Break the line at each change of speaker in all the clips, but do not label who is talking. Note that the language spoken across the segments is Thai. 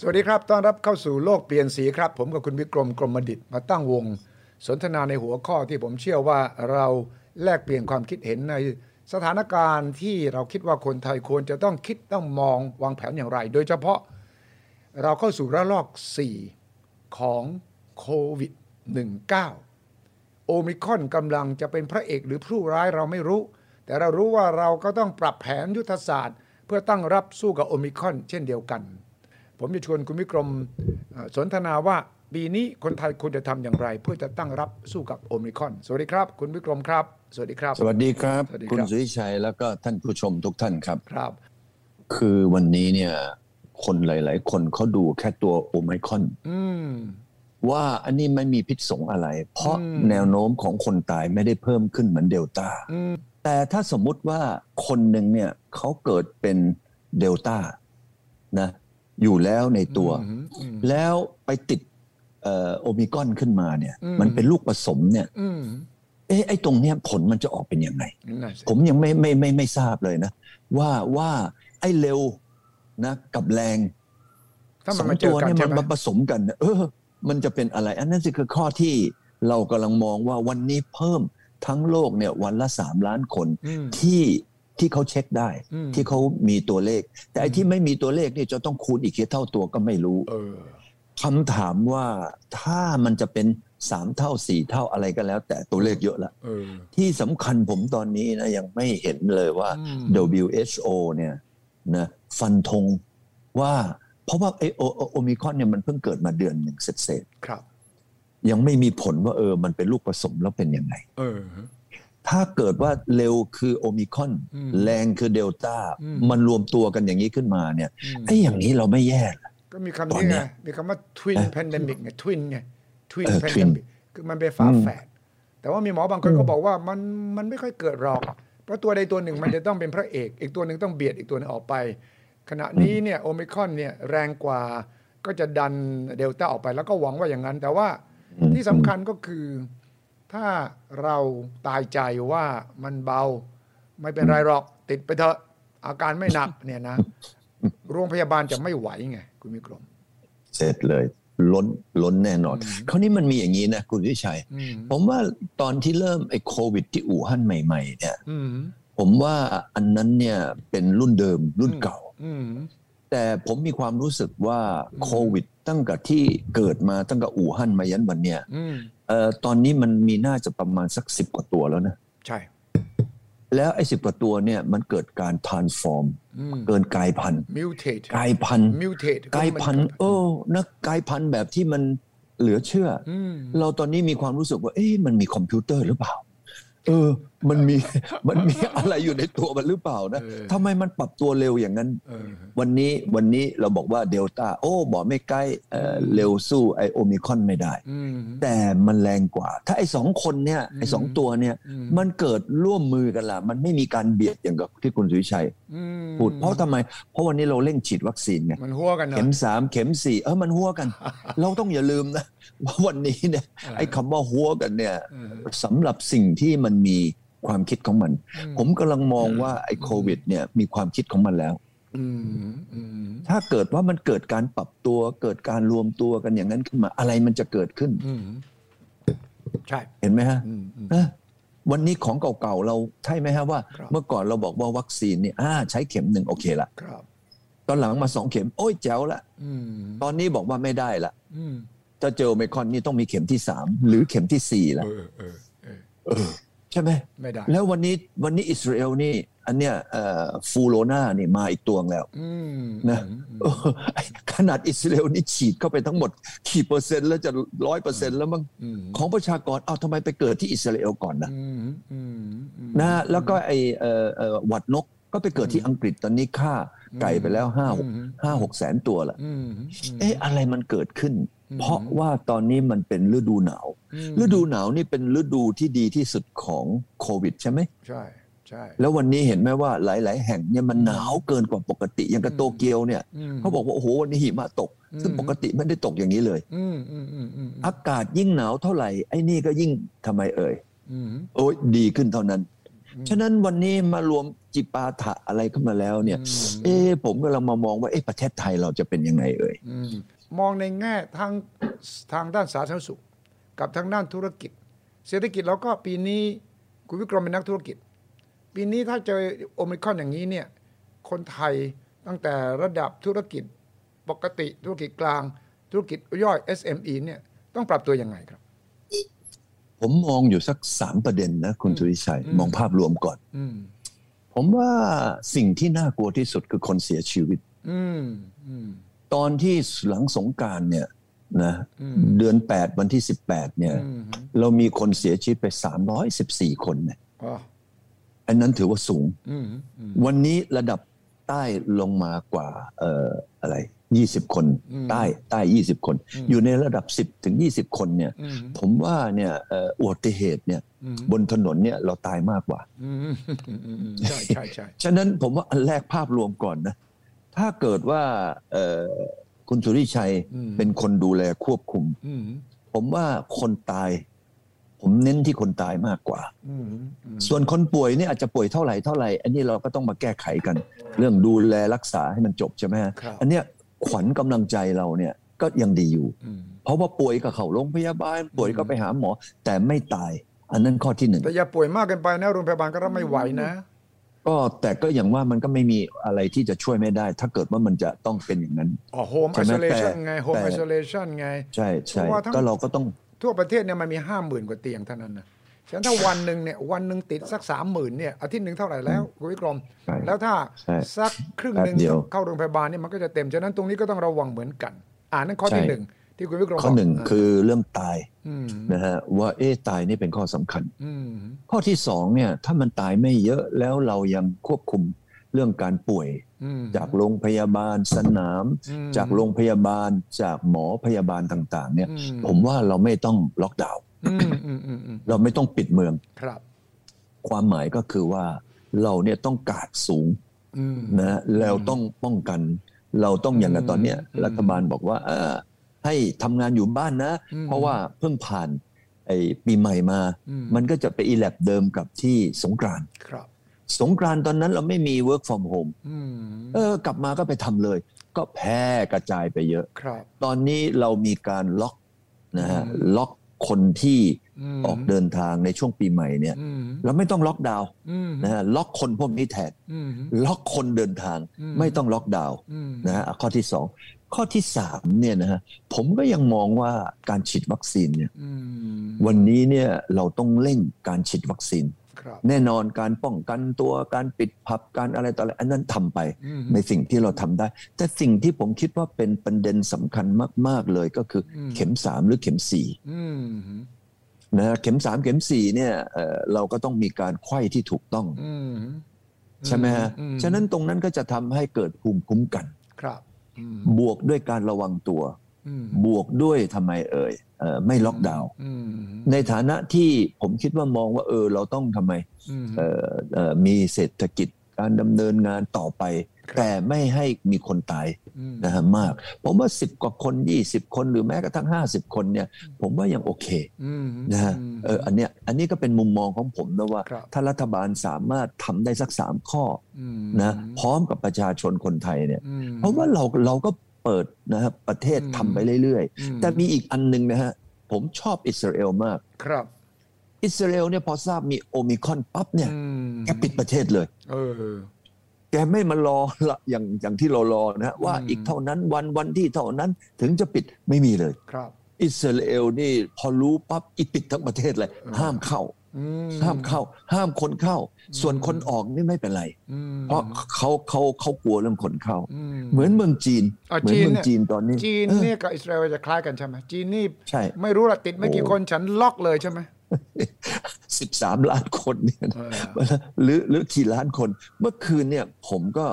สวัสดีครับ ต้อนรับเข้าสู่โลกเปลี่ยนสีครับ ผมกับคุณวิกรมกรมดิตมาตั้งวง สนทนาในหัวข้อที่ผมเชื่อว่าเราแลกเปลี่ยนความคิดเห็นในสถานการณ์ที่เราคิดว่าคนไทยควรจะต้องคิดต้องมองวางแผนอย่างไร โดยเฉพาะเราเข้าสู่ระลอก 4 ของโควิด -19 โอมิครอนกำลังจะเป็นพระเอกหรือผู้ร้ายเราไม่รู้ แต่เรารู้ว่าเราก็ต้องปรับแผนยุทธศาสตร์ เพื่อตั้งรับสู้กับโอมิครอนเช่นเดียวกัน ผมจะชวนคุณวิกรมเอ่อสนทนาว่าปีนี้คนไทยควรจะทำอย่างไร เพื่อจะตั้งรับสู้กับโอมิครอน สวัสดีครับ คุณวิกรมครับ สวัสดีครับ
สวัสดีครับ
สวัสดีครับ
คุณสุริชัยแล้วก็ท่านผู้ชมทุกท่านครับ
ครับ
คือวันนี้เนี่ย คนหลาย ๆ คนเขาดูแค่ตัวโอไมคอน
อืม
ว่าอันนี้ไม่มีพิษสงอะไร เพราะ
อืม
แนวโน้มของคนตายไม่ได้เพิ่มขึ้นเหมือนเดลต้า
อืม
แต่ถ้าสมมุติว่าคนหนึ่งเนี่ยเขาเกิดเป็นเดลต้านะอยู่แล้วในตัว
อืมอืม
แล้วไปติดเอ่อโอมิคอนขึ้นมาเนี่ย
อืม
มันเป็นลูกผสมเนี่ย
อืม
เอ๊ะไอ้ตรงเนี้ยผลมันจะออกเป็นยังไง
นั่นน่ะสิ
ผมยังไม่ไม่ไมไม่ไม่ทราบเลยนะ ว่าว่าไอ้เร็วนะ กับแรง
ถ้า
ส
มันมา
อง
เจ
ตั
อ
ว
กัน
เนี่ย
ใช่
มัน
ไหม
มาผสมกันเนี่ยเออ มันจะเป็นอะไร อันนั้นสิคือข้อที่เรากำลังมองว่าวันนี้เพิ่มทั้งโลกเนี่ยวันละสามล้านคน
อืม
ที่ที่เขาเช็คได้
อืม
ที่เขามีตัวเลข แต่ไอ้ที่ไม่มีตัวเลขเนี่ยจะต้องคูณอีกกี่เท่าตัวก็ไม่รู้
เออ
คำถามว่าถ้ามันจะเป็นสามเท่าสี่เท่าอะไรก็แล้ว แต่ตัวเลขเยอะละ
เออ
ที่สำคัญผมตอนนี้นะยังไม่เห็นเลยว่า
อืม
WHO เนี่ยนะฟันธงว่า เพราะว่าไอโอโอโอมิครอนเนี่ยมันเพิ่งเกิดมาเดือนหนึ่งเสร็จ
ครับ
ๆยังไม่มีผลว่าเออมันเป็นลูกผสมแล้วเป็นยังไง
เออ
ถ้าเกิดว่าเร็วคือโอมิครอน
อืม
แรงคือเดลต้า
อืม
มันรวมตัวกันอย่างนี้ขึ้นมาเนี่ย
อืม
ไอ้อย่างนี้เราไม่แย่เหรอ
ก็มีคำ
ตอ
นี้
นเนี้
ไง
ย
มีคำว่า twin
เอ่อ
pandemic ไง twin ไง twin
เออ twin
pandemic คือมันเป็นฝา
อืม
แฝด แต่ว่ามีหมอบางคนก็บอกว่ามันมันไม่ค่อยเกิดหรอก เพราะตัวใดตัวหนึ่งมันจะต้องเป็นพระเอก อีกตัวหนึ่งต้องเบียดอีกตัวหนึงออกไป ขณะนี้เนี่ยโอมิคอนเนี่ยแรงกว่าก็จะดันเดลต้าออกไปแล้วก็หวังว่าอย่างนั้น แต่ว่า
อืม
ที่สำคัญก็คือ ถ้าเราตายใจว่ามันเบา ไม่เป็นไรหรอกติดไปเถอะอาการไม่ หนักเนี่ยนะ โรงพยาบาลจะไม่ไหวไงคุณมิกรม
เสร็จเลย ล้นล้นแน่นอน
อืม
คราวนี้มันมีอย่างนี้นะคุณวิชัย
อืม
ผมว่าตอนที่เริ่มไอ้โควิดที่อู่ฮั่นใหม่ๆเนี่ย
อืม
ผมว่าอันนั้นเนี่ยเป็นรุ่นเดิมรุ่นเก่า
อืม
แต่ผมมีความรู้สึกว่า
อืม
โควิดตั้งแต่ที่เกิดมาตั้งแต่อู่ฮั่นมายันวันเนี่ย
อืม
เอ่อตอนนี้มันมีน่าจะประมาณสักสิบกว่าตัวแล้วนะ
ใช่
แล้วไอ้สิบกว่าตัวเนี่ยมันเกิดการ transform
อืม
เกินกลายพันธุ์
mutate
กลายพันธุ์
mutate
กลายพันธุ์โอ้นะกลายพันธุ์แบบที่มันเหลือเชื่ออ
อืม
เราตอนนี้มีความรู้สึกว่า เอ๊ะมันมีคอมพิวเตอร์หรือเปล่า เออ มันมี มันมีอะไรอยู่ในตัวมันหรือเปล่านะ
เออ
ทำไมมันปรับตัวเร็วอย่างนั้น
เออ
วันนี้วันนี้เราบอกว่าเดลต้าโอ้บอกไม่ใกล้เอ่อ
อืม
เร็วสู้ไอโอมิคอนไม่ได้
อืม
แต่มันแรงกว่า ถ้าไอสองคนเนี่ย
อืม
ไอสองตัวเนี่ย
อื
มันเกิดร่วมมือกันล่ะ มันไม่มีการเบียดอย่างกับที่คุณสุวิชัย
อืม
พูดเพราะทำไม เพราะวันนี้เราเร่งฉีดวัคซีนไง
มันหัวกันเนอะ
เข็มสามเข็มสี่เออมันหัวกัน เราต้องอย่าลืมนะ ว่าวันนี้เนี่ย
เออ
ไอ้คำว่าหัวกันเนี่ย
เออ
สำหรับสิ่งที่มันมีความคิดของมัน
อื
ผมกำลังมองว่าไอ้โควิดเนี่ยมีความคิดของมันแล้ว
อืมอืม
ถ้าเกิดว่ามันเกิดการปรับตัวเกิดการรวมตัวกันอย่างนั้นขึ้นมาอะไรมันจะเกิดขึ้น
อืมใช่
เห็นไหมฮะ
อืมอืม
นะวันนี้ของเก่าๆเราใช่ไหมฮะว่า
ครับ
เมื่อก่อนเราบอกว่าวัคซีนเนี่ยอ่าใช้เข็มหนึ่งโอเคละ
ครับ
ตอนหลังมาสองเข็มโอ้ยแจ๋วละ
อืม
ตอนนี้บอกว่าไม่ได้ละ
อืม
ถ้าเจอโอเมครอนนี่ต้องมีเข็มที่สามหรือเข็มที่สี่ละ
เออเออเออ
เออใช่ไหม
ไม่ได้
แล้ววันนี้วันนี้อิสราเอลนี่ อันเนี้ยเอ่อฟูโรนานี่มาอีกตัวงแล้ว
อืม
นะ
อืม
เออไอ้ขนาดอิสราเอลนี่ฉีดเข้าไปทั้งหมดกี่เปอร์เซ็นต์แล้วจะร้อยเปอร์เซ็นต์แล้วมั้ง
อืม
ของประชากร เอาทำไมไปเกิดที่อิสราเอลก่อนนะ
อืมอืมอืม
นะแล้วก็ไอเอ่อเอ่อหวัดนกก็ไปเกิดที่อังกฤษตอนนี้ฆ่าไก่ไปแล้วห้าหก
อืม
ห้าหกแสนตัวละ
อืมม
เอ๊ะอะไรมันเกิดขึ้น
อืม
เพราะว่าตอนนี้มันเป็นฤดูหนาว
อืม
ฤดูหนาวนี่เป็นฤดูที่ดีที่สุดของโควิดใช่ไหม
ใช่ใช่
แล้ววันนี้เห็นไหมว่าหลาย ๆ แห่งเนี่ยมันหนาวเกินกว่าปกติอย่างกับโตเกียวเนี่ย
อืม
เขาบอกว่าโอ้โหวันนี้หิมะตก ซึ่ง
อืม
ปกติไม่ได้ตกอย่างนี้เลย
อืมอืมอืมอืม
อากาศยิ่งหนาวเท่าไหร่ไอ้นี่ก็ยิ่งทำไมเอ่ย
อืม
โอ้ยดีขึ้นเท่านั้น ฉะนั้นวันนี้มารวมจิปาถะอะไรขึ้นมาแล้วเนี่ย
อืม
เอ๊ะผมกำลังมามองว่าเอ๊ะประเทศไทยเราจะเป็นยังไงเอ่ย
อืมมองในแง่ทางทางด้านสาธารณสุข กับทางด้านธุรกิจ เศรษฐกิจเราก็ปีนี้คุณวิกรมเป็นนักธุรกิจ ปีนี้ถ้าเจอโอมิครอนอย่างนี้เนี่ยคนไทยตั้งแต่ระดับธุรกิจปกติธุรกิจกลาง ธุรกิจย่อย SME เนี่ยต้องปรับตัวยังไงครับ
ผมมองอยู่สักสามประเด็นนะคุณสุริชัย
อืม
มองภาพรวมก่อน
อืม
ผมว่าสิ่งที่น่ากลัวที่สุดคือคนเสียชีวิต
อืมอืม
ตอนที่หลังสงกรารเนี่ยนะ
อืม
เดือน 8 วันที่ 18เนี่ย
อืม
เรามีคนเสียชีวิตไป 314 คนเนี่ย
อ๋อ
อันนั้นถือว่าสูง
อืมอืม
วันนี้ระดับใต้ลงมากว่าเอ่ออะไร 20 คน
อืม
ใต้ใต้ 20 คน
อืม
อยู่ในระดับ 10 ถึง 20 คนเนี่ย
อืม
ผมว่าเนี่ยเอ่ออุบัติเหตุเนี่ย
อืม
บนถนนเนี่ยเราตายมากกว่า
อืมอืมอืมใช่ใช่ใช่
ฉะนั้นผมว่าอันแรกภาพรวมก่อนนะ ถ้าเกิดว่าเอ่อคุณสุริชัย
อืม
เป็นคนดูแลควบคุม
อืม
ผมว่าคนตาย ผมเน้นที่คนตายมากกว่า
อืมอืม
ส่วนคนป่วยเนี่ยอาจจะป่วยเท่าไหร่เท่าไหร่ อันนี้เราก็ต้องมาแก้ไขกัน เรื่องดูแลรักษาให้มันจบใช่ไหมฮะ
ครับ
อันเนี้ยขวัญกำลังใจเราเนี่ยก็ยังดีอยู่
อืม
เพราะว่าป่วยก็เข้าโรงพยาบาลป่วยก็ไปหาหมอ แต่ไม่ตาย อันนั้นข้อที่หนึ่ง
แต่อย่าป่วยมากเกินไปนะโรงพยาบาลก็รับไม่ไหวนะ
ก็แต่ก็อย่างว่ามันก็ไม่มีอะไรที่จะช่วยไม่ได้ ถ้าเกิดว่ามันจะต้องเป็นอย่างนั้น
อ๋อโฮมไอ
ใช่ไหม
โซเลชัน
แต่
ไงโฮม
แต่
ไอโซเลชันไง
ใช่
เพ
ใช่
ราะว่าทั้ง
ก็เราก็ต้อง
ทั่วประเทศเนี่ยมันมีห้าหมื่นกว่าเตียงเท่านั้นนะฉะนั้นถ้าวันหนึ่งเนี่ยวันหนึ่งติดสักสามหมื่นเนี่ยอาทิตย์หนึ่งเท่าไหร่แล้วคุณวิกรม
ใช่
แล้วถ้า
ใช่
สักครึ่งหนึ่ง
แป๊บเดียว
เข้าโรงพยาบาลเนี่ยมันก็จะเต็ม ฉะนั้นตรงนี้ก็ต้องระวังเหมือนกัน อ่านนั่นข้อที่
ใช่
หนึ่งที่คุณวิกรม
ข้อหนึ่ง
บก
คือเรื่องตาย
ม
นะฮะว่าเอ๊ะตายนี่เป็นข้อสำคัญ
อืม
ข้อที่สองเนี่ยถ้ามันตายไม่เยอะแล้วเรายังควบคุมเรื่องการป่วย
อืม
จากโรงพยาบาลสนาม
อืม
จากโรงพยาบาลจากหมอพยาบาลต่างๆเนี่ย
อื
ผมว่าเราไม่ต้องล็อกดาวน์
อืมอืมอืมอืม
เราไม่ต้องปิดเมือง
ครับ
ความหมายก็คือว่าเราเนี่ยต้องกาดสูง
อืม
นะฮะแล้วต้องป้องกัน เราต้องอย่างกับตอนเนี้ย
อืม
รัฐบาลบอกว่าเออให้ทำงานอยู่บ้านนะ
อืม
เพราะว่าเพิ่งผ่านไอ้ปีใหม่มา
อื
มันก็จะไปอีแลบเดิมกับที่สงกรานต์
ครับ
สงกรานต์ตอนนั้นเราไม่มี work from home
อืม
เออกลับมาก็ไปทำเลย ก็แพร่กระจายไปเยอะ
ครับ
ตอนนี้เรามีการล็อกนะฮะล็อกคนที่
ม
ออกเดินทางในช่วงปีใหม่เนี่ย
อืม
เราไม่ต้องล็อกดาวน์
อืม
นะฮะล็อกคนพวกนี้แทน
อืม
ล็อกคนเดินทาง
อืม
ไม่ต้องล็อกดาวน์
อืม
นะฮะอ่ะข้อที่สองข้อที่สามเนี่ยนะฮะผมก็ยังมองว่าการฉีดวัคซีนเนี่ย
อืม
วันนี้เนี่ยเราต้องเร่งการฉีดวัคซีน
ครับ
แน่นอนการป้องกันตัวการปิดผับการอะไรต่ออะไรอันนั้นทำไป
อืม
ในสิ่งที่เราทำได้ แต่สิ่งที่ผมคิดว่าเป็นประเด็นสำคัญมาก ๆ เลยก็คืออ
ม
เข็มสามหรือเข็มสี่
อืม
นะฮะเข็มสามเข็มสี่เนี่ยเอ่อเราก็ต้องมีการไขว้ที่ถูกต้อง
อืม
ใช่ไหมฮะ
อืม
ฉะนั้นตรงนั้นก็จะทำให้เกิดภูมิคุ้มกัน
ครับอืม
บวกด้วยการระวังตัว
อืม
บวกด้วยทำไมเอ่ยเอ่อไม่ล็อกดาวน์
อืม
ในฐานะที่ผมคิดว่ามองว่าเออเราต้องทำไม
อืม
เอ่อเอ่อมีเศรษฐกิจการดำเนินงานต่อไป
ครับ
แต่ไม่ให้มีคนตาย
อืม
นะฮะมาก ผมว่า 10 กว่าคน 20 คนหรือแม้กระทั่ง 50 คนเนี่ย ผมว่ายังโอเค
อืม
นะฮะเอออันเนี้ยอันนี้ก็เป็นมุมมองของผมนะว่า
ครับ
ถ้ารัฐบาลสามารถทำได้สัก 3 ข้อ
ม
นะพร้อมกับประชาชนคนไทยเนี่ย
อืม
เพราะว่าเราเราก็เปิดนะครับประเทศ
อืม
ทำไปเรื่อย
อื
ๆ แต่มีอีกอันหนึงนะฮะ ผมชอบอิสราเอลมาก
ครับ
อิสราเอลเนี่ยพอทราบมีโอมิครอนปั๊บเนี่ย
อืม
แกปิดประเทศเลย
เออ
แกไม่มารอละอย่างอย่างที่เรารอนะฮะว่า
อืม
อีกเท่านั้นวันวันที่เท่านั้นถึงจะปิดไม่มีเลย
ครับ
อิสราเอลนี่พอรู้ปั๊บอีปิดทั้งประเทศเลย ห้ามเข้า
อืม
ห้ามเข้า ห้ามคนเข้า
อืม
ส่วนคนออกนี่ไม่เป็นไร
อืม
เพราะเขาเขาเขากลัวเรื่องคนเข้า
อืม
เหมือนเมืองจีน
อ่ะ
เหมือนเมือง
จี
จี
น
น
เย
ตอนนี้
จีน
เออ
เนี่ยกับอิสราเอลจะคล้ายกันใช่ไหมจีนนี่
ใช่
ไม่รู้ละติดไม่กี่คนฉันล็อกเลยใช่ไหม
สิบสามล้านคนเนี่ยนะ
เออ
หรือหรือกี่ล้านคน เมื่อคืนเนี่ยผมก็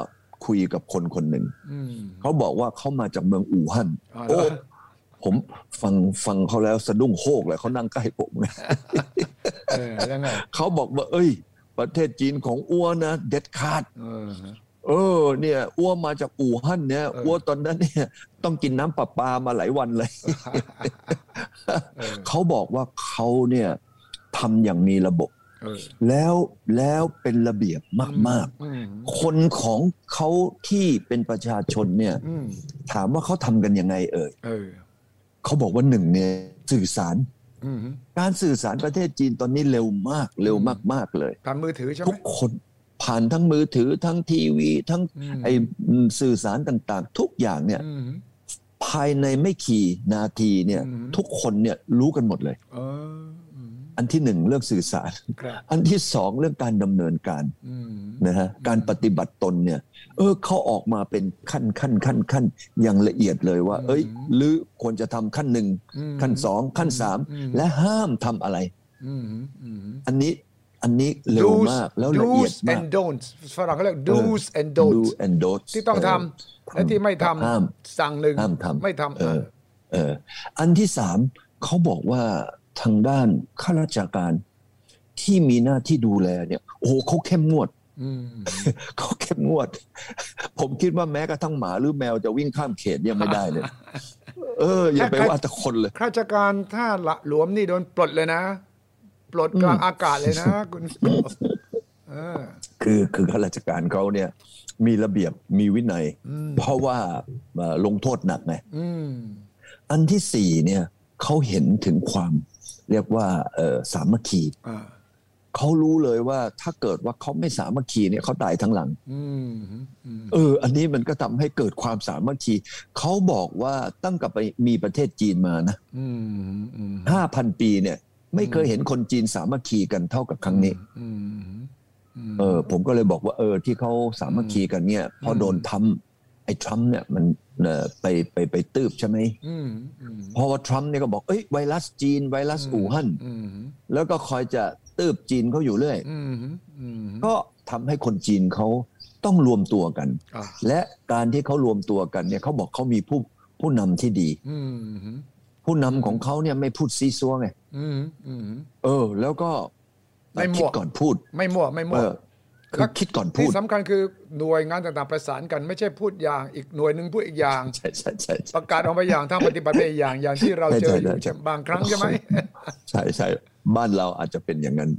คุยกับคนคนหนึ่ง
อืม
เขาบอกว่าเขามาจากเมืองอู่ฮั่น
อ๋อเหร
โอ้
อ
ผมฟังฟังเขาแล้วสะดุ้งโฮกเลยเขานั่งใกล้ผมนะ
เออแล้วไง
เขาบอกว่า เอ้ย ประเทศจีนของอ้วนะ เด็ดขาด
เออ
เออ เนี่ยอ้วมาจากอู่ฮั่นเนี่ย
เอออ้
อ้วตอนนั้นเนี่ยต้องกินน้ำประปามาหลายวันเลย
เออ
เขาบอกว่าเขาเนี่ยทำอย่างมีระบบ
เ เออ
แล้วแล้วเป็นระเบียบมาก
อืม
ๆ คนของเขาที่เป็นประชาชนเนี่ย
อืม
ถามว่าเขาทำกันยังไงเอ่ย
เออ
เขาบอกว่าหนึ่งเนี่ยสื่อสาร
อืม
การสื่อสารประเทศจีนตอนนี้เร็วมากเร็วมากๆเลย
ผ่านมือถือใช่ไหม
ทุกคนผ่านทั้งมือถือทั้งทีวีทั้ง
ม
ไอสื่อสารต่างๆ ทุกอย่างเนี่ย
อืม
ภายในไม่ขี่นาทีเนี่ย
อืม
ทุกคนเนี่ยรู้กันหมดเลย
เอออืม
อันที่หนึ่งเรื่องสื่อสาร
ครับ
อันที่สองเรื่องการดำเนินการ
อืม
นะฮะการปฏิบัติตนเนี่ยเออเขาออกมาเป็นขั้นขั้นขั้นขั้นอย่างละเอียดเลยว่า เอ้ยหรือควรจะทำขั้นหนึ่ง
อืม
ขั้นสองขั้นสาม
อืม
และห้ามทำอะไร
อืมอืม
อันนี้อันนี้เร็ว
Do's-
มากแล้วละเอียด
Do's
มาก
and don'ts ฝรั่งเขาเรียก
เออ
do's and
do
don'ts
and don't
ที่ต้องทำและที่ไม่ท
ห้าม
ำสั่งหนึ่ง
ห้ามทำ
ไม่ทำ
เออ เอออันที่สามเขาบอกว่าทางด้านข้าราชการที่มีหน้าที่ดูแลเนี่ยโอ้โหเขาเข้มงวด
ม
เขาเข้มงวด ผมคิดว่าแม้กระทั่งหมาหรือแมวจะวิ่งข้ามเขตยังไม่ได้ เลย เออ อย่าไปว่าแต่คนเลย
ข้าราชการถ้าละหลวมนี่โดนปลดเลยนะ ปลดกลางอากาศเลยนะคุณเออ
คือคือข้าราชการเขาเนี่ย มีระเบียบมีวินัย
อืม
เพราะว่าเอ่อลงโทษหนักไง
อืม
อันที่สี่เนี่ยเขาเห็นถึงความ เรียกว่าเอ่อสามัคคี
อ่า
เขารู้เลยว่าถ้าเกิดว่าเขาไม่สามัคคีเนี่ยเขาตายทั้งหลัง
อืมอืม
เออ อันนี้มันก็ทำให้เกิดความสามัคคีเขาบอกว่าตั้งกับไปมีประเทศจีนมานะ
อืมอืม
ห้าพันปีเนี่ย ไม่เคยเห็นคนจีนสามัคคีกันเท่ากับครั้งนี้
อืมอืม
เออ ผมก็เลยบอกว่าเออ ที่เขาสามัคคีกันเนี่ยพอโดนทรัมป์ไอ้ทรัมป์เนี่ยมันเอ่อไปไปไปตืบใช่ไหม
อืมอืม
เพราะว่าทรัมป์เนี่ยก็บอกเอ้ยไวรัสจีนไวรัสอู่ฮั่น
อืม
แล้วก็คอยจะตืบจีนเขาอยู่เรื่อย
อืมอืม
ก็ทำให้คนจีนเขาต้องรวมตัวกัน
อ่ะ
และการที่เขารวมตัวกันเนี่ยเขาบอกเขามีผู้ผู้นำที่ดี
อืมอืม
ผู้นำของเขาเนี่ยไม่พูดซีซัวไง
อืมอืม
เออ แล้วก็
ไม่มั่ว
คิดก่อนพูด
ไม่มั่วไม่มั่
เอ
ว
อคือคิดก่อนพู
ที่
ด
สำคัญคือหน่วยงานต่างๆประสานกันไม่ใช่พูดอย่างอีกหน่วยหนึ่งพูดอีกอย่าง
ใช่ใช่ใช่
ป
ใช่
ระกาศออกมาอย่างถ้าปฏิบัติไปอีกอย่างอย่างที่เราเจออยู่
ใช่ใช่ใช่
บางครั้งใช่ไหม
ใช่ใช่บ้านเราอาจจะเป็นอย่างนั้น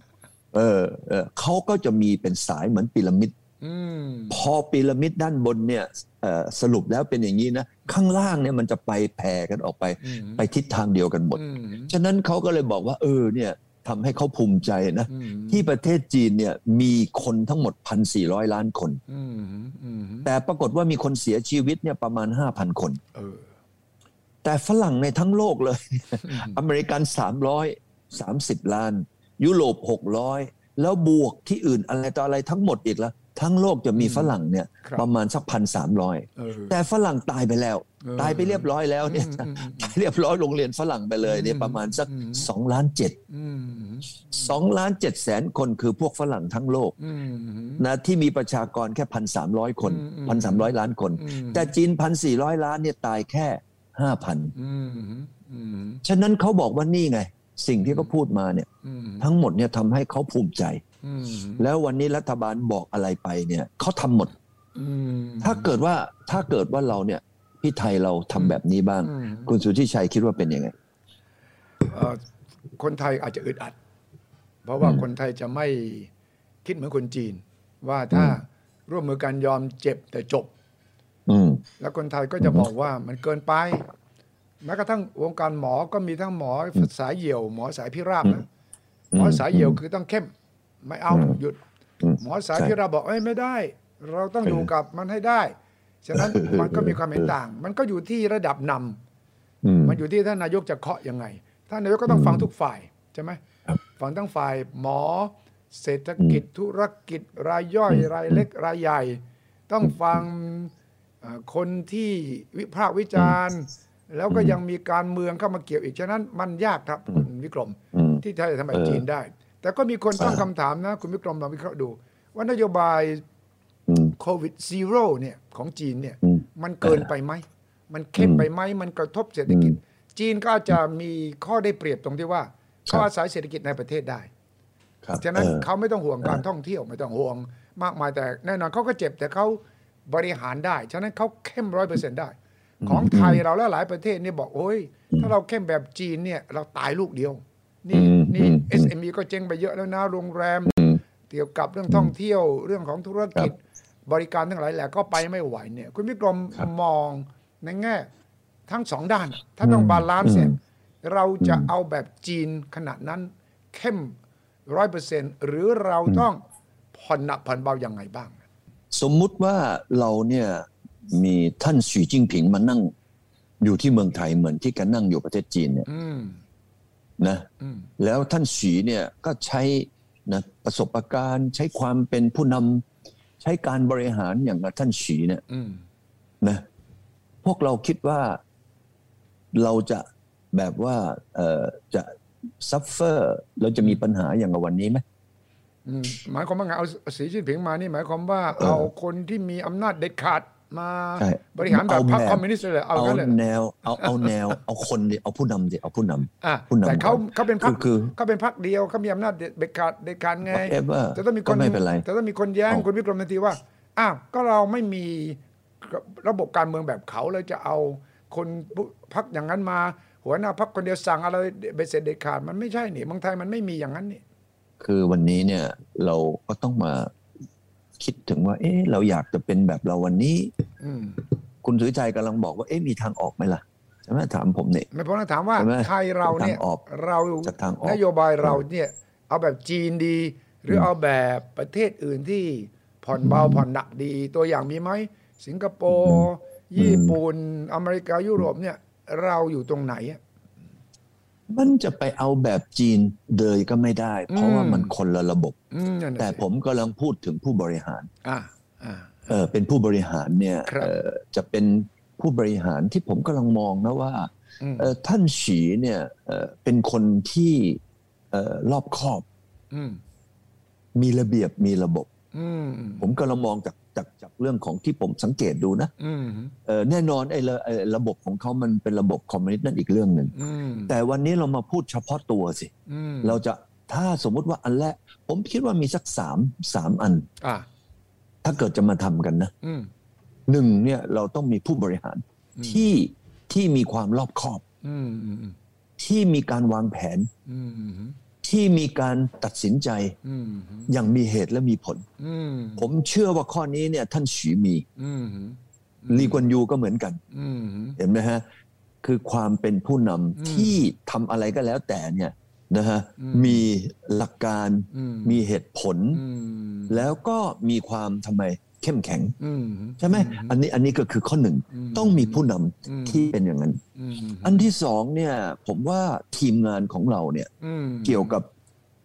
เออเออเขาก็จะมีเป็นสายเหมือนพีระมิด
อืม
พอพีระมิดด้านบนเนี่ยเอ่อสรุปแล้วเป็นอย่างนี้นะ ข้างล่างเนี่ยมันจะไปแผ่กันออกไป
อืม
ไปทิศทางเดียวกันหมด
อืม
ฉะนั้นเขาก็เลยบอกว่า เออเนี่ยทำให้เขาภูมิใจนะ
อืม
ที่ประเทศจีนเนี่ยมีคนทั้งหมด 1,400 ล้านคน
อืมอืม
แต่ปรากฏว่ามีคนเสียชีวิตเนี่ยประมาณ 5,000 คน
เออ
แต่ฝรั่งในทั้งโลกเลย
อืม
อเมริกัน 330 ล้าน ยุโรป 600 แล้วบวกที่อื่นอะไรต่ออะไรทั้งหมดอีกละทั้งโลกจะมีฝรั่งเนี่ย
ครับ
ประมาณสักพันสามร้อย
เออ
แต่ฝรั่งตายไปแล้ว
เออ
ตายไปเรียบร้อยแล้วเนี่ย
อืม
เรียบร้อยโรงเรียนฝรั่งไปเลยเนี่ยประมาณสัก
อืม
สองล้านเจ็ด
อืม
สองล้านเจ็ดแสนคนคือพวกฝรั่งทั้งโลก
อืมอืม
นะที่มีประชากรแค่พันสามร้อยคน
อืม
พันสามร้อยล้านคน
อืม
แต่จีนพันสี่ร้อยล้านเนี่ยตายแค่ห้าพัน
อืมอืม
ฉะนั้นเขาบอกว่านี่ไง สิ่งที่เขาพูดมาเนี่ย
อืม
ทั้งหมดเนี่ยทำให้เขาภูมิใจ
อืม
แล้ววันนี้รัฐบาลบอกอะไรไปเนี่ยเขาทำหมด
อืม
ถ้าเกิดว่าถ้าเกิดว่าเราเนี่ยพี่ไทยเราทำแบบนี้บ้าง
อืม
คุณสุทธิชัยคิดว่าเป็นยังไง
เอ่อคนไทยอาจจะอึดอัด เพราะว่าคนไทยจะไม่คิดเหมือนคนจีน ว่าถ้าร่วมมือกันยอมเจ็บแต่จบ
อืม
แล้วคนไทยก็จะบอกว่ามันเกินไป แม้กระทั่งวงการหมอก็มีทั้งหมอสายเหี่ยว หมอสายพิราบนะหมอสายเหี่ยวคือต้องเข้ม ไม่เอาหยุด
อืม
หมอสาย
ใช่
พิราบบอกเอ้ยไม่ได้ เราต้องอยู่กับมันให้ได้ ฉะนั้น
เออ
มันก็มีความเห็นต่าง มันก็อยู่ที่ระดับนำ
อืม
มันอยู่ที่ท่านนายกจะเคาะยังไง ท่านนายกก็ต้องฟังทุกฝ่ายใช่ไหม
ครับ
ฟังทั้งฝ่ายหมอ เศรษฐกิจธุรกิจรายย่อยรายเล็กรายใหญ่ ต้องฟังเอ่อคนที่วิพากษ์วิจารณ์ แล้วก็ยังมีการเมืองเข้ามาเกี่ยวอีก ฉะนั้นมันยากครับคุณวิกรม
อืม
ที่ไทยจะทำแบบ
เออ
จีนได้ แต่ก็มีคนตั้ง
อ่า
คำถามนะ คุณวิกรมลองวิเคราะห์ดู ว่านโยบาย
อืม
โควิดซีโร่เนี่ยของจีนเนี่ย
อืม
มันเกินไปไหม มันเข้มไปไหม มันกระทบเศรษฐกิจ จีนก็อาจจะมีข้อได้เปรียบตรงที่ว่า
ครั
เขา
บ
อาศัยเศรษฐกิจในประเทศได้
ครับ
ฉะนั้น
เออ
เขาไม่ต้องห่วงการท่องเที่ยวไม่ต้องห่วงมากมายแต่แน่นอนเขาก็เจ็บแต่เขาบริหารได้ ฉะนั้นเขาเข้มร้อยเปอร์เซ็นต์ได้ ของไทยเราและหลายประเทศเนี่ยบอกโอ้ย ถ้าเราเข้มแบบจีนเนี่ยเราตายลูกเดียว นี่
อืม
นี่
อืม
SME ก็เจ๊งไปเยอะแล้วนะโรงแรม
อืม
เกี่ยวกับเรื่องท่องเที่ยวเรื่องของธุรกิจ บริการทั้งหลายแหละก็ไปไม่ไหวเนี่ย คุณวิกรม
ครับ
มองในแง่ ทั้งสองด้านอะถ้าต้องบาลานซ์เนี่ย
อืม
เราจะเอาแบบจีนขนาดนั้น เข้มร้อยเปอร์เซ็นหรือเราต้องผ่อนหนักผ่อนเบาอย่างไงบ้าง
สมมุติว่าเราเนี่ยมีท่านสีจิ้งผิงมานั่งอยู่ที่เมืองไทยเหมือนที่แกนั่งอยู่ประเทศจีนเนี่ย
อืม
นะ
อืม
แล้วท่านสีเนี่ยก็ใช้นะประสบการณ์ใช้ความเป็นผู้นำใช้การบริหารอย่างกับท่านสีเนี่ย
อืม
นะพวกเราคิดว่าเราจะแบบว่าเอ่อจะซัฟเฟอร์เราจะมีปัญหาอย่างกับวันนี้ไหม
อืมหมายความว่าไงเอาสีชิ้นผิงมานี่ หมายความว่า
เออ
เอาคนที่มีอำนาจเด็ดขาดมา
ใช่
บริหารแบบพรรค
เอาแบบ
คอมมิวนิสต์เลยเหรอเอา
เอา
งั้นเลยเหรอ
แนวเอาเอาแนว เอาคนดิเอาผู้นำดิเอาผู้นำ
อ่ะ
ผู้นำ
แต่เขาเขาเป็นพรรค
คือ
เขาเป็นพรรคเดียวเขามีอำนาจเด็ดขาดเด็ดขาดไง
whatever
จะต้องมีค
ก็
น
ไม่เป็นไร
จะต้องมีคนแย้ง
อ๋อ
คุณวิกรมทันทีว่าอ้าวก็เราไม่มีระบบการเมืองแบบเขาเราจะเอาคนพรรคอย่างนั้นมา หัวหน้าพรรคคนเดียวสั่งอะไรไปเสร็จเด็ดขาดมันไม่ใช่นี่เมืองไทยมันไม่มีอย่างนั้นนี่
คือวันนี้เนี่ยเราก็ต้องมาคิดถึงว่า เอ๊ะเราอยากจะเป็นแบบเราวันนี้
อืม
คุณสุวิชัยกำลังบอกว่าเอ๊ะมีทางออกไหมล่ะใช่ไหมถามผมเนี่ย
ไม่พ้นถามว่า
เห็นไหม
ไทยเราเนี่ย
ทางออก
เรา
จากทางออก
นโยบายเราเนี่ยเอาแบบจีนดี หรืออเอาแบบประเทศอื่นที่ผ่อนเบาผ่อนหนักดีตัวอย่างมีไหมสิงคโปร์ญี่ปุ่นอเมริกายุโรปเนี่ยเราอยู่ตรงไหนอะ
มันจะไปเอาแบบจีนเลยก็ไม่ได้ เพราะ
อืม
ว่ามันคนละระบบ
อืมนั่นน่ะ
แต่
สิ
ผมกำลังพูดถึงผู้บริหาร
อ่าอ่า
เออเป็นผู้บริหารเนี่ย
ครับ
เอ่อจะเป็นผู้บริหารที่ผมกำลังมองนะว่า
อืม
เอ่อท่านฉีเนี่ยเอ่อเป็นคนที่เอ่อรอบคอบ
อืม
มีระเบียบมีระบบ
อืม
ผมกำลังมองจากจากจากเรื่องของที่ผมสังเกตดูนะ
อืม
เอ่อแน่นอนไอ้ระเอ่อระบบของเขามันเป็นระบบคอมมิวนิสต์นั่นอีกเรื่องหนึ่ง
อืม
แต่วันนี้เรามาพูดเฉพาะตัวสิ
อืม
เราจะถ้าสมมุติว่าอันแรกผมคิดว่ามีสักสามสามอัน
อ่า
ถ้าเกิดจะมาทำกันนะ
อืม
หนึ่งเนี่ยเราต้องมีผู้บริหารที่ที่มีความรอบคอบ
อืมอืมอืม
ที่มีการวางแผน
อืมอืม
ที่มีการตัดสินใจ
อืม
อย่างมีเหตุและมีผล
อืม
ผมเชื่อว่าข้อนี้เนี่ยท่านฉีมี
อืม
ลีกวนยูก็เหมือนกัน
อืมอืม
เห็นไหมฮะ คือความเป็นผู้นำ
ม
ที่ทำอะไรก็แล้วแต่เนี่ยนะฮะ
อืม
มีหลักการ
อืม
มีเหตุผล
อืม
แล้วก็มีความทำไมเข้มแข็ง
อืม
ใช่ไหมอันนี้อันนี้ก็คือข้อหนึ่ง
อืม
ต้องมีผู้นำ
อืม
ที่เป็นอย่างนั้น
อืม
อันที่สองเนี่ยผมว่าทีมงานของเราเนี่ย
อืม
เกี่ยวกับ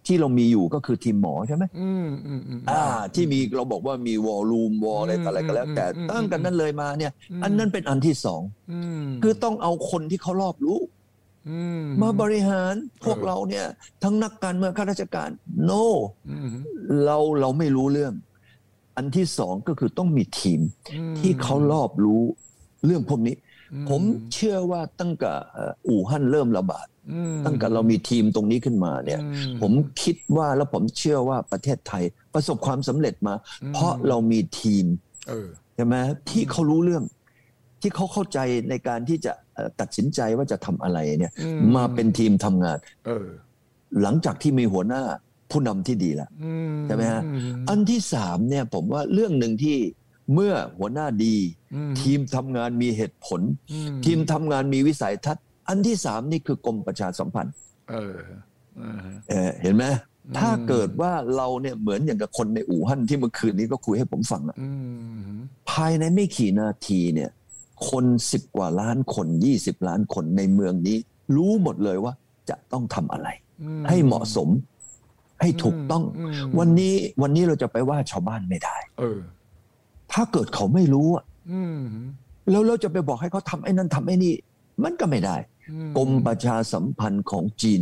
ที่เรามีอยู่ก็คือทีมหมอใช่ไหม
อืมอืมอืม
อ่าที่มีเราบอกว่ามีวอลลุ่มวอลอะไร
อืม
ต่ออะไรก็แล้ว แต่
อืม
ตั้งกันนั้นเลยมาเนี่ย
อืม
อันนั้นเป็นอันที่สอง
ม
คือต้องเอาคนที่เขารอบรู้
ม
มาบริหารพวก
เออ
เราเนี่ย ทั้งนักการเมืองข้าราชการ no
อืม
เราเราไม่รู้เรื่อง อันที่สองก็คือต้องมีทีม
อืม
ที่เขารอบรู้เรื่องพวกนี้
อืม
ผมเชื่อว่าตั้งแต่เอ่ออู่ฮั่นเริ่มระบาด
อืม
ตั้งแต่เรามีทีมตรงนี้ขึ้นมาเนี่ย
อืม
ผมคิดว่าแล้วผมเชื่อว่าประเทศไทยประสบความสำเร็จมา
อืม
เพราะเรามีทีม
เออ
ใช่ไหมที่เขารู้เรื่อง ที่เขาเข้าใจในการที่จะเอ่อตัดสินใจว่าจะทำอะไรเนี่ย
อืม
มาเป็นทีมทำงาน
เออ
หลังจากที่มีหัวหน้าผู้นำที่ดีแล้ว
อืม
ใช่ไหมฮะ
อื
อันที่สามเนี่ยผมว่าเรื่องหนึ่งที่เมื่อหัวหน้าดี
อืม
ทีมทำงานมีเหตุผล
อืม
ทีมทำงานมีวิสัยทัศน์ อันที่สามนี่คือกรมประชาสัมพันธ์
เออเออ
เอ่อเห็นไหม
ม
ถ้าเกิดว่าเราเนี่ยเหมือนอย่างกับคนในอู่ฮั่นที่เมื่อคืนนี้ก็คุยให้ผมฟังอะ
อืม
ภายในไม่กี่นาทีเนี่ยคนสิบกว่าล้านคน 20 ล้านคนในเมืองนี้ รู้หมดเลยว่าจะต้องทำอะไร
อืม
ให้เหมาะสม ให้ถูกต้อง
อืม
วันนี้วันนี้เราจะไปว่าชาวบ้านไม่ได้
เออ
ถ้าเกิดเขาไม่รู้อะ
อืม
แล้วเราจะไปบอกให้เขาทำไอ้นั้นทำไอ้นี่ มันก็ไม่ได้
อืม
กรมประชาสัมพันธ์ของจีน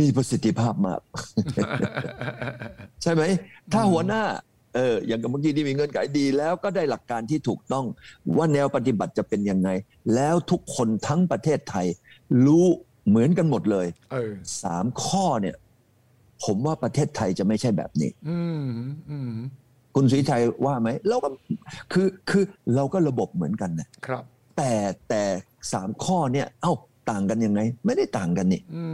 มีประสิทธิภาพมาก ใช่ไหม ถ้าหัวหน้าเอออย่างกับเมื่อกี้ที่มีเงื่อนไขดีแล้วก็ได้หลักการที่ถูกต้อง ว่าแนวปฏิบัติจะเป็นยังไง แล้วทุกคนทั้งประเทศไทย รู้เหมือนกันหมดเลย
เออ
สามข้อเนี่ย ผมว่าประเทศไทยจะไม่ใช่แบบนี้
อืมอืม
คุณสุริชัยว่าไหมเราก็คือคือเราก็ระบบเหมือนกันนะครับ แต่แต่สามข้อเนี่ย เอ้า ต่างกันยังไง ไม่ได้ต่างกันนี่
อื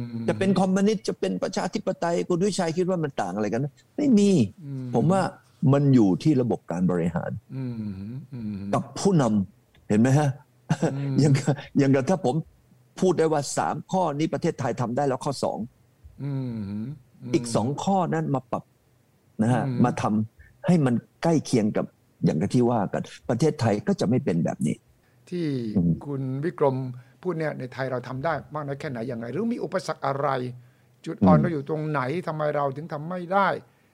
ม
จะเป็นคอมมิวนิสต์จะเป็นประชาธิปไตยคุณวิชัยคิดว่ามันต่างอะไรกันไหมไม่มี
อื
ผมว่ามันอยู่ที่ระบบการบริหาร
อืมอืม
กับผู้นำเห็นไหมฮะ
อืม
อย่างกับอย่างกับถ้าผมพูดได้ว่าสามข้อนี้ประเทศไทยทำได้แล้วข้อสอง
อืมม
อีกสองข้อนั้นมาปรับนะฮะ
อืม
มาทำให้มันใกล้เคียงกับอย่างกับที่ว่ากัน ประเทศไทยก็จะไม่เป็นแบบนี้
ที่
อืม
คุณวิกรมพูดเนี่ยในไทยเราทำได้มากน้อยแค่ไหนอย่างไรหรือมีอุปสรรคอะไร จุดอ่อนเราอยู่ตรงไหนทำไมเราถึงทำไม่ได้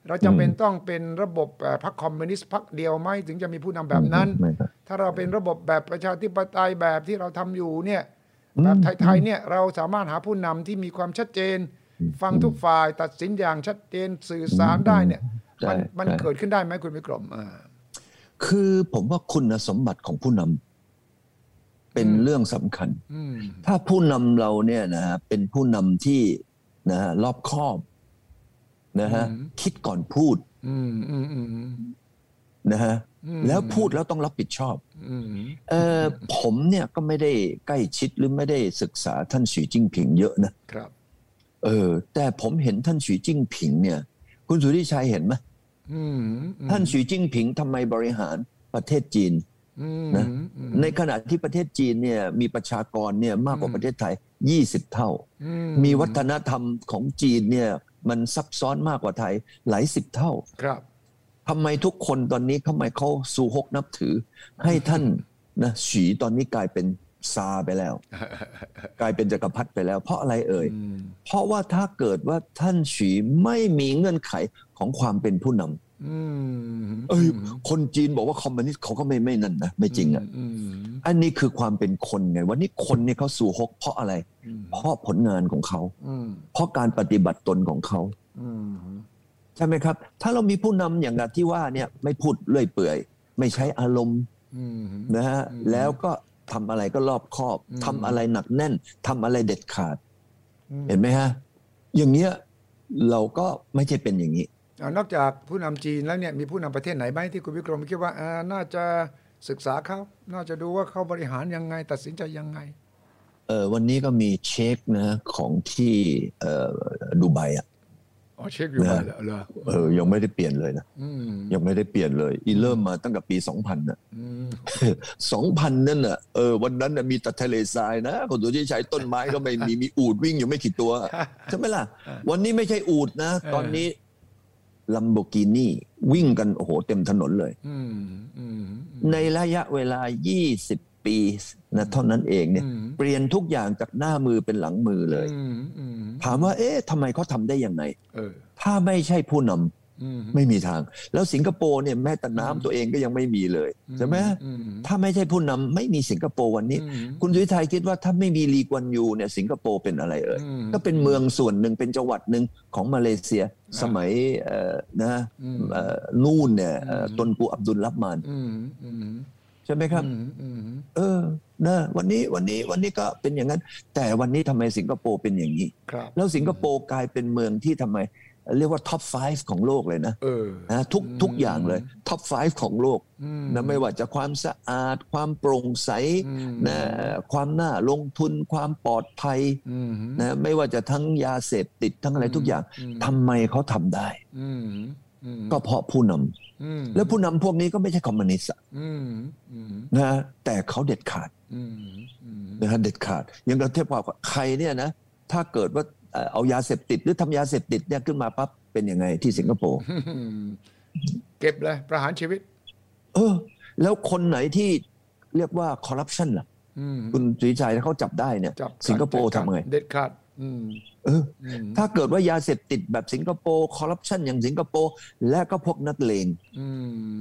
เราจำเป็นต้องเป็นระบบเอ่อพรรคคอมมิวนิสต์พรรคเดียวไหมถึงจะมีผู้นำแบบนั้น
ไม่ครับ
ถ้าเราเป็นระบบแบบประชาธิปไตยแบบที่เราทำอยู่เนี่ย
อืม
แบบไทยๆเนี่ยเราสามารถหาผู้นำที่มีความชัดเจน ฟังทุกฝ่ายตัดสินอย่างชัดเจนสื่อสารได้เนี่ย
ใช่
มันมัน
ใช่
เกิดขึ้นได้ไหมคุณวิกรมอ่า
คือผมว่าคุณสมบัติของผู้นำเป็น
อืม
เรื่องสำคัญ
อืม
ถ้าผู้นำเราเนี่ยนะฮะเป็นผู้นำที่นะฮะรอบคอบนะฮะคิดก่อนพูด
อืมอืมอืมอืม
นะฮะ
อืม
แล้วพูดแล้วต้องรับผิดชอบ
อืม
เออผมเนี่ยก็ไม่ได้ใกล้ชิดหรือไม่ได้ศึกษาท่านสีจิ้งผิงเยอะนะครับ เออ แต่ผมเห็นท่านสีจิ้งผิงเนี่ย คุณสุริชัยเห็นไหม
อืมอืม
ท่านสีจิ้งผิงทำไมบริหารประเทศจีน
อืม
นะ
อืม
ในขณะที่ประเทศจีนเนี่ยมีประชากรเนี่ยมากกว่า
อืม
ประเทศไทย 20 เท่า
อื
มีวัฒนธรรมของจีนเนี่ยมันซับซ้อนมากกว่าไทยหลายสิบเท่า
ครับ
ทำไมทุกคนตอนนี้ทำไมเขาสู่ฮกนับถือ ให้ท่านนะฉีตอนนี้กลายเป็นซาไปแล้ว กลายเป็นจักรพรรดิไปแล้ว เพราะอะไรเอ่ย
อืม
เพราะว่าถ้าเกิดว่าท่านฉีไม่มีเงื่อนไขของความเป็นผู้นำ
อืม
เอ้ยคนจีนบอกว่าคอมมิวนิสต์เขาก็ไม่ไม่นั่นนะไม่จริงอ่ะ
มม
อันนี้คือความเป็นคนไงวันนี้คนเนี่ยเขาสู่ฮกเพราะอะไร
อืม
เพราะผลงานของเขา
อืม
เพราะการปฏิบัติตนของเขา
อืม
ใช่ไหมครับ ถ้าเรามีผู้นำอย่างกับที่ว่าเนี่ยไม่พูดเลื่อยเปื่อย ไม่ใช้อารมณ์
อืม
นะฮะ
อืม
แล้วก็ทำอะไรก็รอบคอบ
อืม
ทำอะไรหนักแน่นทำอะไรเด็ดขาด
อืม
เห็นไหมฮะ อย่างเนี้ยเราก็ไม่ใช่เป็นอย่างนี้
อ่านอกจากผู้นำจีนแล้วเนี่ยมีผู้นำประเทศไหนไหมที่คุณวิกรมคิดว่าอ่าน่าจะศึกษาเขาน่าจะดูว่าเขาบริหารยังไง ตัดสินใจยังไง
เออวันนี้ก็มีเช็คนะฮะของที่เออดูไบอ่ะ
อ๋อเช็คอยู่
นะ
บ้านเหรอเหรอ
เออยังไม่ได้เปลี่ยนเลยนะ
อืม
ยังไม่ได้เปลี่ยนเลยอีเริ่มมาตั้งแต่ปี 2000นะ
อืม
สองพันนั่นน่ะเออวันนั้นน่ะมีแต่ทะเลทรายนะคนตัวที่ใช้ต้นไม้ก็ไม่มี มีอูดวิ่งอยู่ไม่กี่ตัว ใช่ไหมล่ะ วันนี้ไม่ใช่อูดนะ ตอนนี้ลัมโบกินีวิ่งกันโอ้โหเต็มถนนเลย
อืมอืม
ในระยะเวลา 20 ปีนะเท่านั้นเองเนี่ย
อืม
เปลี่ยนทุกอย่างจากหน้ามือเป็นหลังมือเลย
อืมอืม
ถามว่าเอ๊ะทำไมเขาทำได้ยังไง
เออ
ถ้าไม่ใช่ผู้นำ
อืม
ไม่มีทาง แล้วสิงคโปร์เนี่ยแม้แต่น้ำตัวเองก็ยังไม่มีเลยใช่ไหม
อื
ถ้าไม่ใช่ผู้นำไม่มีสิงคโปร์วันนี้
อืม
คุณสุวิทัยคิดว่าถ้าไม่มีลีกวันยูเนี่ยสิงคโปร์เป็นอะไรเอ่ย
อืม
ก็เป็นเมืองส่วนหนึ่งเป็นจังหวัดหนึ่งของมาเลเซีย สมัยเอ่อนะ
อืม
เอ่อนู่นเนี่ยเอ่อ
ม
ตนกูอับดุลรับมาน
อืมอืม
ใช่ไหมครับ
อืมอืม
เออนะวันนี้วันนี้วันนี้ก็เป็นอย่างนั้น แต่วันนี้ทำไมสิงคโปร์เป็นอย่างนี้
ครับ
แล้วสิงคโปร์กลายเป็นเมืองที่ทำไม เรียกว่าท็อป 5 ของโลกเลยนะ
เออ
นะทุกทุก
อืม
อย่างเลยท็อป 5 ของโลก
อืม
นะไม่ว่าจะความสะอาด ความโปร่งใส
อืม
นะความน่าลงทุนความปลอดภัย
อืม
นะไม่ว่าจะทั้งยาเสพติดทั้งอะไร
อืม
ทุกอย่าง
อืม
ทำไมเขาทำได้
อืมอืม
ก็เพราะผู้นำ
อืม
แล้วผู้นำพวกนี้ก็ไม่ใช่คอมมิวนิสต์อะ
อืมอืม
นะแต่เขาเด็ดขาด
อืมอืม
นะฮะเด็ดขาดอย่างเราเทียบกับใครเนี่ยนะถ้าเกิดว่าเอ่อเอายาเสพติดหรือทำยาเสพติดเนี่ยขึ้นมาปั๊บเป็นยังไงที่สิงคโปร์
เก็บเลยประหารชีวิต
เออ แล้วคนไหนที่เรียกว่าคอร์รัปชันล่ะ
อืม
คุณสุริชัยถ้าเขาจับได้เนี่ย
จับ
สิงคโปร์ทำไง
เด็ดขาด อืม
เออ
อืม
ถ้าเกิดว่ายาเสพติดแบบสิงคโปร์คอร์รัปชันอย่างสิงคโปร์และก็พวกนักเลง
อื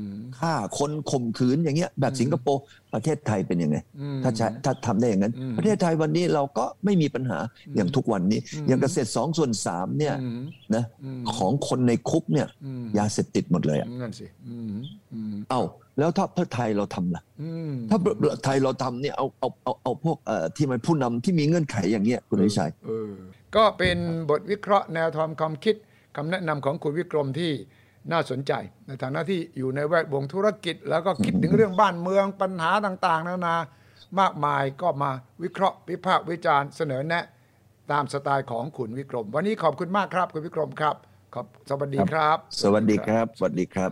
ม
ฆ่าคนข่มขืนอย่างเงี้ยแบบสิงคโปร์ประเทศไทยเป็นยังไง
อืม
ถ้าใช้ถ้าทำได้อย่างนั้น
อืม
ประเทศไทยวันนี้เราก็ไม่มีปัญหาอย่างทุกวันนี้
อืม
อย่างเกษตรสองส่วนสามเนี่ย
อืม
นะ
ม
ของคนในคุกเนี่ย
อืม
ยาเสพติดหมดเลยอะ
นั่นสิ อืมอืม
เอ้าแล้วถ้าเพื่อไทยเราทำล่ะ
อืม
ถ้าเพื่อไทยเราทำเนี่ยเอาเอาเอาเอาพวกเอ่อที่มันผู้นำที่มีเงื่อนไขอย่างเงี้ยคุณวิชัย
เออก็เป็นบทวิเคราะห์แนวทางความคิดคำแนะนำของคุณวิกรมที่น่าสนใจ ในฐานะที่อยู่ในแวดวงธุรกิจ แล้วก็คิดถึงเรื่องบ้านเมืองปัญหาต่าง ๆ นานา มากมายก็มาวิเคราะห์วิพากษ์วิจารณ์เสนอแนะ ตามสไตล์ของขุนวิกรม วันนี้ขอบคุณมากครับคุณวิกรมครับ ขอบสวัสดีครับ
สวัสดีครับ สวัสดีครับ